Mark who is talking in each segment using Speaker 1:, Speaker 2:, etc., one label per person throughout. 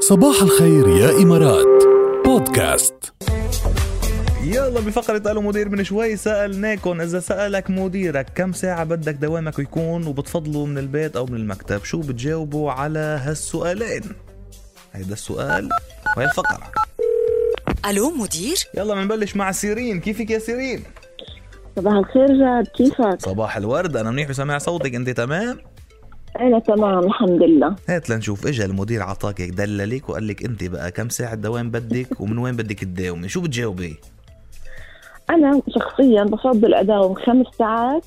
Speaker 1: صباح الخير يا إمارات بودكاست
Speaker 2: يلا بفقرة قالوا مدير من شوي سألناكم إذا سألك مديرك كم ساعة بدك دوامك يكون وبتفضلوا من البيت أو من المكتب شو بتجاوبوا على هالسؤالين هيدا السؤال وهي الفقرة
Speaker 3: الو مدير
Speaker 2: يلا بنبلش مع سيرين كيفك يا سيرين
Speaker 4: صباح الخير جاد كيفك؟
Speaker 2: صباح الورد أنا منيح وسامع صوتك أنت تمام
Speaker 4: أنا تمام الحمد لله
Speaker 2: هات لنشوف إجا المدير عطاك دللك وقال لك أنت بقى كم ساعة دوام بدك ومن وين بدك تداومي شو بتجاوبي
Speaker 4: أنا شخصيا بفضل أداوم خمس ساعات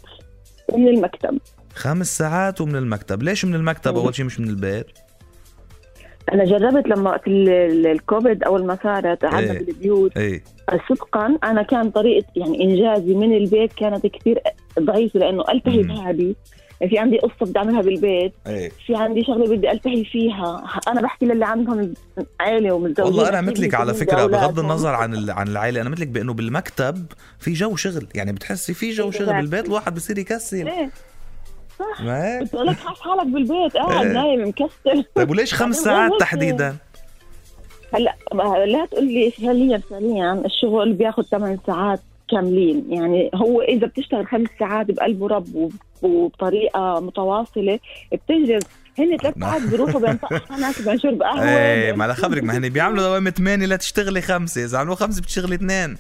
Speaker 4: من المكتب
Speaker 2: خمس ساعات ومن المكتب ليش من المكتب أول شيء مش من البيت
Speaker 4: أنا جربت لما وقت ال- ال- الكوفيد أول ما صارت عنا
Speaker 2: إيه.
Speaker 4: بالبيوت
Speaker 2: إيه
Speaker 4: صدقا أنا كان طريقة يعني إنجازي من البيت كانت كثير ضعيفة لأنه ألتهي
Speaker 2: مم.
Speaker 4: بهذه في عندي قصة بدي أعملها بالبيت
Speaker 2: إيه
Speaker 4: في عندي شغلة بدي ألتهي فيها أنا بحكي للي عندهم عائلة ومتزوجين
Speaker 2: والله انا
Speaker 4: أكيد
Speaker 2: مثلك على
Speaker 4: بيكونوا
Speaker 2: فكره بغض
Speaker 4: أولادهم.
Speaker 2: النظر عن ال- عن العائله انا مثلك بانه بالمكتب في جو شغل يعني بتحسي في جو شغل بالبيت الواحد بصير يكسل
Speaker 4: إيه
Speaker 2: ما هيك؟
Speaker 4: بتقول لك حاس حالك بالبيت قاعد
Speaker 2: إيه.
Speaker 4: نايم مكسل
Speaker 2: طيب وليش خمس ساعات تحديدا؟
Speaker 4: إيه؟ هلا ما- لا تقول لي فعليا فعليا الشغل بياخذ 8 ساعات كاملين يعني هو اذا بتشتغل خمس ساعات بقلب ورب وب- وبطريقه متواصله بتجرب هن ثلاث
Speaker 2: نعم.
Speaker 4: ساعات بيروحوا بين طقسانات وبين شرب يعني قهوه
Speaker 2: ايه ما على خبرك ما هن بيعملوا دوامه ثمانيه لا تشتغلي خمسه، اذا عملوا خمسه بتشتغلي اثنين،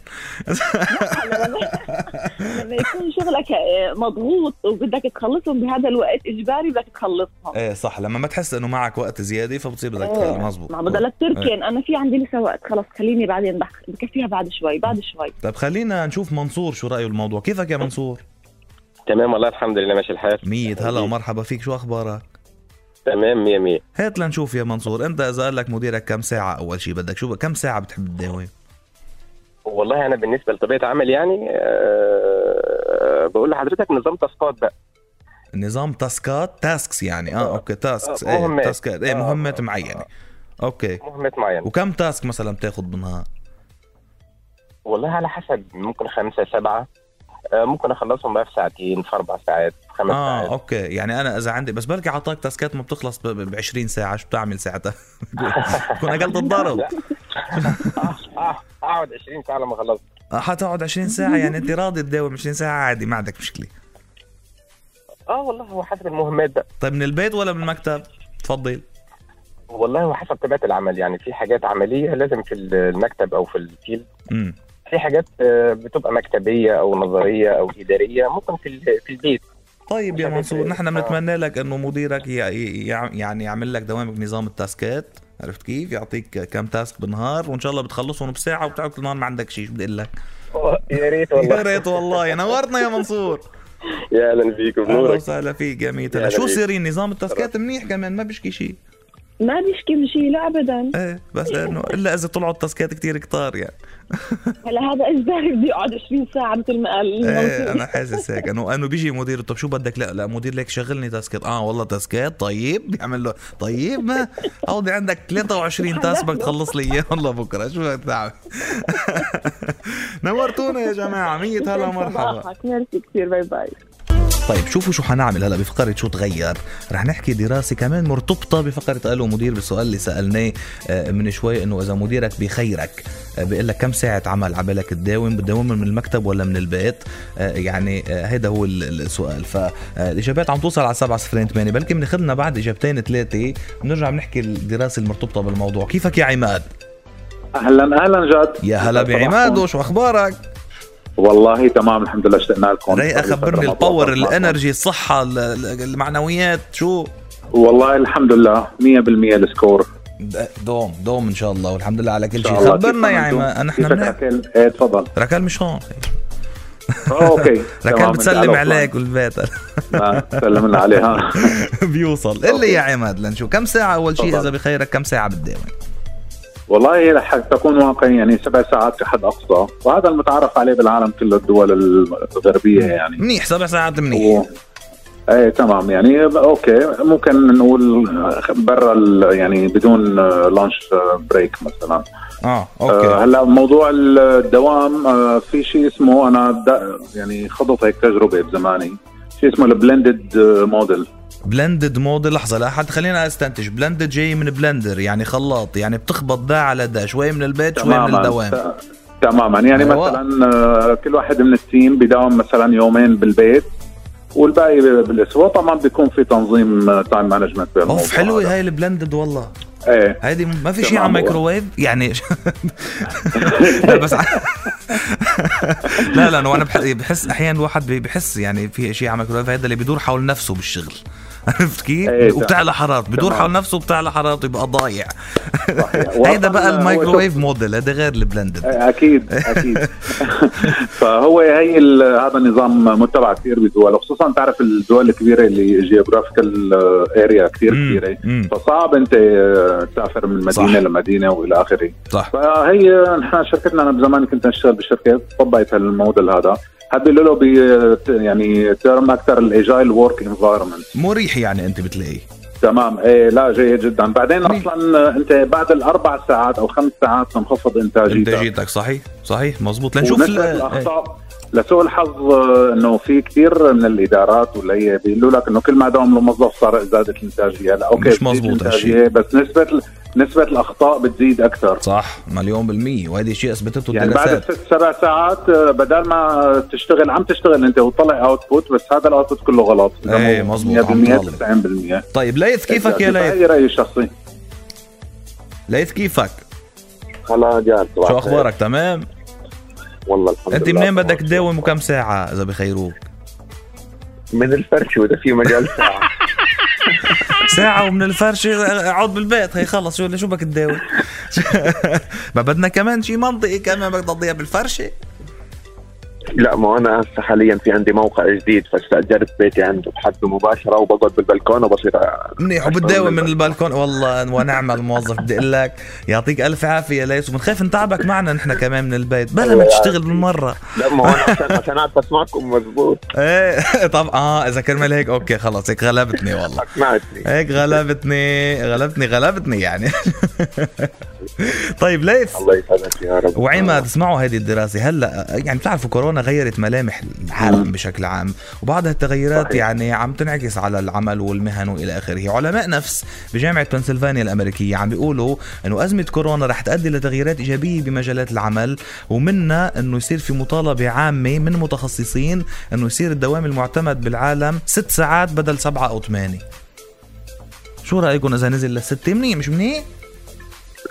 Speaker 4: لما يكون شغلك آه، مضغوط وبدك تخلصهم بهذا الوقت اجباري بدك تخلصهم
Speaker 2: ايه صح لما ما تحس انه معك وقت زياده فبتصير بدك إيه.
Speaker 4: إيه.
Speaker 2: تخلي مزبوط
Speaker 4: ما بضلك تركن انا في عندي لسه وقت خلص خليني بعدين بح- بكفيها بعد شوي بعد شوي
Speaker 2: طيب خلينا نشوف منصور شو رايه بالموضوع، كيفك يا منصور؟
Speaker 5: تمام والله الحمد لله ماشي الحال
Speaker 2: ميت هلا ومرحبا فيك شو اخبارك؟
Speaker 5: تمام 100 100
Speaker 2: هات لنشوف يا منصور، انت اذا قال لك مديرك كم ساعه اول شيء بدك شو كم ساعه بتحب تداوم؟
Speaker 5: والله انا بالنسبه لطبيعه عملي يعني آه، بقول لحضرتك نظام تاسكات بقى
Speaker 2: نظام تاسكات تاسكس يعني اه
Speaker 5: آه.
Speaker 2: اوكي تاسكس
Speaker 5: آه،
Speaker 2: ايه
Speaker 5: مهمات.
Speaker 2: تاسكات ايه
Speaker 5: آه.
Speaker 2: مهمات معينه اوكي
Speaker 5: مهمات معينه
Speaker 2: وكم تاسك مثلا بتاخذ بالنهار؟
Speaker 5: والله على حسب ممكن خمسه سبعه آه، ممكن اخلصهم بقى في ساعتين في اربع ساعات في خمس
Speaker 2: اه
Speaker 5: ساعات
Speaker 2: اوكي يعني انا اذا عندي بس بركي عطاك تاسكات ما بتخلص ب 20 ساعه شو بتعمل ساعتها؟ بكون اقل تتضرب
Speaker 5: لا. آه، آه، اقعد 20 ساعه لما اخلص
Speaker 2: آه، حتقعد 20 ساعه يعني انت راضي تداوم 20 ساعه عادي ما عندك مشكله
Speaker 5: اه والله هو حسب المهمات بقى
Speaker 2: طيب من البيت ولا من المكتب؟ تفضل
Speaker 5: والله هو حسب طبيعه العمل يعني في حاجات عمليه لازم في المكتب او في الفيلد
Speaker 2: امم
Speaker 5: في حاجات آه، بتبقى مكتبيه او نظريه او اداريه ممكن في ال- في البيت
Speaker 2: طيب يا
Speaker 5: مش عارف
Speaker 2: منصور
Speaker 5: إيه.
Speaker 2: نحن
Speaker 5: آه.
Speaker 2: بنتمنى لك انه مديرك ي- ي- يع- يعني يعمل لك دوامك نظام التاسكات عرفت كيف يعطيك كم تاسك بالنهار وان شاء الله بتخلصهم بساعه وبتقعد كل النهار ما عندك شيء شو بدي اقول لك
Speaker 5: آه، يا ريت والله
Speaker 2: يا ريت والله يا نورتنا يا منصور
Speaker 5: يا اهلا بيكم
Speaker 2: اهلا
Speaker 5: نورك
Speaker 2: وسهلا فيك يا ميت
Speaker 5: يا
Speaker 2: هلا شو
Speaker 5: حبيبي.
Speaker 2: سيرين نظام التاسكات منيح كمان ما بيشكي شيء
Speaker 4: ما بيشكي من شيء لا ابدا
Speaker 2: ايه بس انه الا اذا طلعوا التاسكات كتير كتار يعني
Speaker 4: هلا هذا اجباري بدي اقعد 20 ساعه مثل ما قال
Speaker 2: ايه
Speaker 4: الموضوع.
Speaker 2: انا حاسس هيك انه انه بيجي مدير طب شو بدك لا لا مدير لك شغلني تاسكات اه والله تاسكات طيب بيعمل له طيب ما اقعد عندك 23 تاسك بدك تخلص لي اياه والله بكره شو بدك تعمل نورتونا يا جماعه 100 هلا ومرحبا
Speaker 4: صباحك ميرسي كثير باي باي
Speaker 2: طيب شوفوا شو حنعمل هلا بفقره شو تغير رح نحكي دراسه كمان مرتبطه بفقره قالوا مدير بالسؤال اللي سالناه آه، من شوي انه اذا مديرك بخيرك آه، بيقول لك كم ساعه عمل على بالك تداوم بتداوم من المكتب ولا من البيت آه، يعني آه، هيدا هو ال- السؤال فالاجابات عم توصل على 708 بلكي بناخذنا بعد اجابتين ثلاثه بنرجع بنحكي الدراسه المرتبطه بالموضوع كيفك يا عماد
Speaker 6: اهلا اهلا جاد
Speaker 2: يا هلا بعماد وشو اخبارك
Speaker 6: والله تمام الحمد لله اشتقنا لكم
Speaker 2: ري خبرني
Speaker 6: فترة
Speaker 2: الباور
Speaker 6: معكم.
Speaker 2: الانرجي الصحه ال- ال- المعنويات شو
Speaker 6: والله الحمد لله 100% السكور
Speaker 2: دوم دوم ان شاء الله والحمد لله على كل
Speaker 6: إن شاء
Speaker 2: شيء
Speaker 6: الله.
Speaker 2: خبرنا يا
Speaker 6: كيف أنتم؟
Speaker 2: عماد نحن
Speaker 6: كيفك
Speaker 2: بنعرف-
Speaker 6: ركال ايه تفضل
Speaker 2: ركال مش هون
Speaker 6: اوكي
Speaker 2: ركال
Speaker 6: تمام، إن شاء
Speaker 2: بتسلم
Speaker 6: الله.
Speaker 2: عليك بالبيت
Speaker 6: لا، تسلم لنا عليها
Speaker 2: بيوصل قل لي
Speaker 6: أوكي.
Speaker 2: يا عماد لنشوف كم ساعه اول شيء
Speaker 6: تفضل.
Speaker 2: اذا بخيرك كم ساعه بتداوم
Speaker 6: والله رح تكون واقعيا يعني سبع ساعات كحد اقصى وهذا المتعارف عليه بالعالم كله الدول الغربيه يعني
Speaker 2: منيح سبع ساعات منيح
Speaker 6: و... ايه تمام يعني ب- اوكي ممكن نقول برا ال- يعني بدون لانش بريك مثلا
Speaker 2: اه
Speaker 6: آه،
Speaker 2: اوكي
Speaker 6: هلا موضوع الدوام آه، في شيء اسمه انا د- يعني خضت هيك تجربه بزماني شيء اسمه البلندد موديل
Speaker 2: بلندد موضة لحظة لا حد خلينا استنتج بلندد جاي من بلندر يعني خلاط يعني بتخبط ده على ده شوي من البيت شوي من الدوام
Speaker 6: ت- تماما يعني
Speaker 2: هو.
Speaker 6: مثلا آه، كل واحد من التيم بداوم مثلا يومين بالبيت والباقي ب- بالاسبوع طبعا بيكون في تنظيم آه، تايم مانجمنت بالموضوع
Speaker 2: اوف حلوة
Speaker 6: هذا.
Speaker 2: هاي البلندد والله
Speaker 6: ايه
Speaker 2: هيدي ما في شيء
Speaker 6: تمام
Speaker 2: على
Speaker 6: والله.
Speaker 2: مايكروويف يعني لا بس ع- لا لا انا بح- بحس احيانا الواحد بي- بحس يعني في شيء على مايكروويف هيدا اللي بيدور حول نفسه بالشغل عرفت
Speaker 6: إيه،
Speaker 2: كيف؟
Speaker 6: تمام.
Speaker 2: وبتعلى حرارته بيدور
Speaker 6: تمام.
Speaker 2: حول نفسه وبتعلى حرارته يبقى ضايع
Speaker 6: صحيح.
Speaker 2: هيدا بقى
Speaker 6: وأصلاً آه، هو إيه،
Speaker 2: المايكروويف موديل هيدا غير البلندد
Speaker 6: اكيد اكيد فهو هي ال- هذا النظام متبع كثير بدول خصوصا تعرف الدول الكبيره اللي جيوغرافيكال اريا كثير
Speaker 2: مم،
Speaker 6: كبيره
Speaker 2: مم.
Speaker 6: فصعب انت آه، تسافر من مدينه
Speaker 2: صح.
Speaker 6: صح. لمدينه والى اخره
Speaker 2: صح
Speaker 6: فهي نحن شركتنا انا بزمان كنت اشتغل بشركه طبقت هالموديل هذا هدي له ب يعني ترم اكثر الاجايل ورك انفايرمنت
Speaker 2: مريح يعني انت بتلاقيه
Speaker 6: تمام ايه لا جيد جدا بعدين
Speaker 2: مم.
Speaker 6: اصلا انت بعد الاربع ساعات او خمس ساعات تنخفض انتاجيتك
Speaker 2: انتاجيتك صحيح صحيح مزبوط لنشوف ال-
Speaker 6: ونسبة
Speaker 2: إيه.
Speaker 6: الاخطاء لسوء الحظ آه، انه في كثير من الادارات واللي هي بيقولوا لك انه كل ما داوم الموظف صار زادت الانتاجيه لا اوكي
Speaker 2: مش
Speaker 6: بتزيد
Speaker 2: مزبوط
Speaker 6: الإنتاجية،
Speaker 2: هالشي.
Speaker 6: بس نسبه ال- نسبه الاخطاء بتزيد اكثر
Speaker 2: إيه. صح مليون بالمية وهيدي شيء اثبتته
Speaker 6: يعني بعد
Speaker 2: الدراسات
Speaker 6: الست سبع ساعات آه، بدل ما تشتغل عم تشتغل انت وتطلع اوتبوت بس هذا الاوتبوت كله غلط إذا
Speaker 2: إيه،
Speaker 6: مو
Speaker 2: مزبوط،
Speaker 6: 100%
Speaker 2: عم تطلع.
Speaker 6: 90%
Speaker 2: طيب ليث كيفك يا ليث
Speaker 6: هي رايي الشخصي
Speaker 2: ليث كيفك
Speaker 5: انا جاهز
Speaker 2: شو اخبارك تمام
Speaker 5: والله الحمد
Speaker 2: انت
Speaker 5: لله.
Speaker 2: منين بدك تداوم وكم ساعه اذا بخيروك
Speaker 5: من الفرشة وإذا في مجال ساعة
Speaker 2: ساعه ومن الفرشه اقعد بالبيت هي خلص شو شو بدك تداوم ما بدنا كمان شيء منطقي كمان بدك تضيع بالفرشه
Speaker 5: لا ما انا هسه حاليا في عندي موقع جديد فاستاجرت بيتي عنده بحده مباشره وبقعد بالبلكونه وبصير
Speaker 2: منيح وبتداوم من البالكون والله ونعم الموظف بدي اقول لك يعطيك الف عافيه ليث وبنخاف نتعبك معنا نحن كمان من البيت بلا ما تشتغل بالمره
Speaker 5: لا ما انا عشان عشان اعرف اسمعكم مزبوط
Speaker 2: ايه طب اه اذا كرمال هيك اوكي خلص هيك غلبتني والله
Speaker 5: سمعتني
Speaker 2: هيك غلبتني غلبتني غلبتني يعني طيب ليث
Speaker 5: الله يسعدك يا رب
Speaker 2: وعماد اسمعوا هذه الدراسة هلا يعني بتعرفوا كورونا غيرت ملامح العالم بشكل عام وبعض هالتغيرات
Speaker 5: صحيح.
Speaker 2: يعني عم تنعكس على العمل والمهن والى اخره علماء نفس بجامعة بنسلفانيا الامريكية عم بيقولوا انه ازمة كورونا رح تؤدي لتغييرات ايجابية بمجالات العمل ومنها انه يصير في مطالبة عامة من متخصصين انه يصير الدوام المعتمد بالعالم ست ساعات بدل سبعة او ثمانية شو رايكم اذا نزل للستة منيح مش منيح؟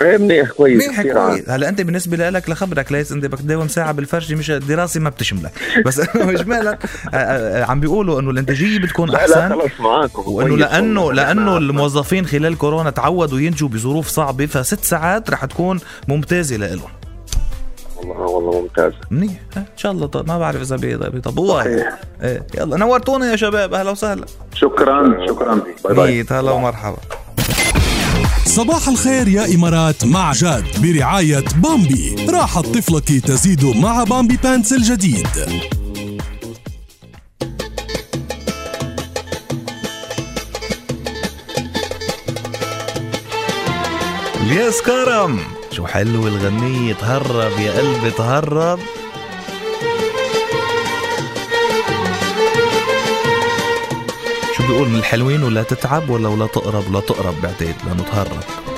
Speaker 5: ايه منيح كويس
Speaker 2: منيح
Speaker 5: كثير عام.
Speaker 2: كويس هلا انت بالنسبه لك لخبرك ليس انت بدك تداوم ساعه بالفرشه مش الدراسه ما بتشملك بس إنه اجمالا آه، آه، عم بيقولوا انه الانتاجيه بتكون
Speaker 5: لا لا
Speaker 2: احسن
Speaker 5: خلص معاكم
Speaker 2: وانه
Speaker 6: طيب،
Speaker 5: كويس
Speaker 2: لانه
Speaker 5: والله.
Speaker 2: لانه الموظفين خلال كورونا تعودوا ينجوا بظروف صعبه فست ساعات رح تكون ممتازه لإلهم
Speaker 5: والله والله ممتاز
Speaker 2: منيح آه، ان شاء الله طب ما بعرف اذا بي- بيطبقوها يعني. ايه يلا نورتونا يا شباب اهلا وسهلا
Speaker 6: شكرا شكرا باي باي
Speaker 2: ميت هلا ومرحبا
Speaker 1: صباح الخير يا إمارات مع جاد برعاية بامبي راحة طفلك تزيد مع بامبي بانتس الجديد
Speaker 2: الياس كرم شو حلو الغنية تهرب يا قلبي تهرب شو بيقول من الحلوين ولا تتعب ولا ولا تقرب ولا تقرب بعتقد لانه تهرب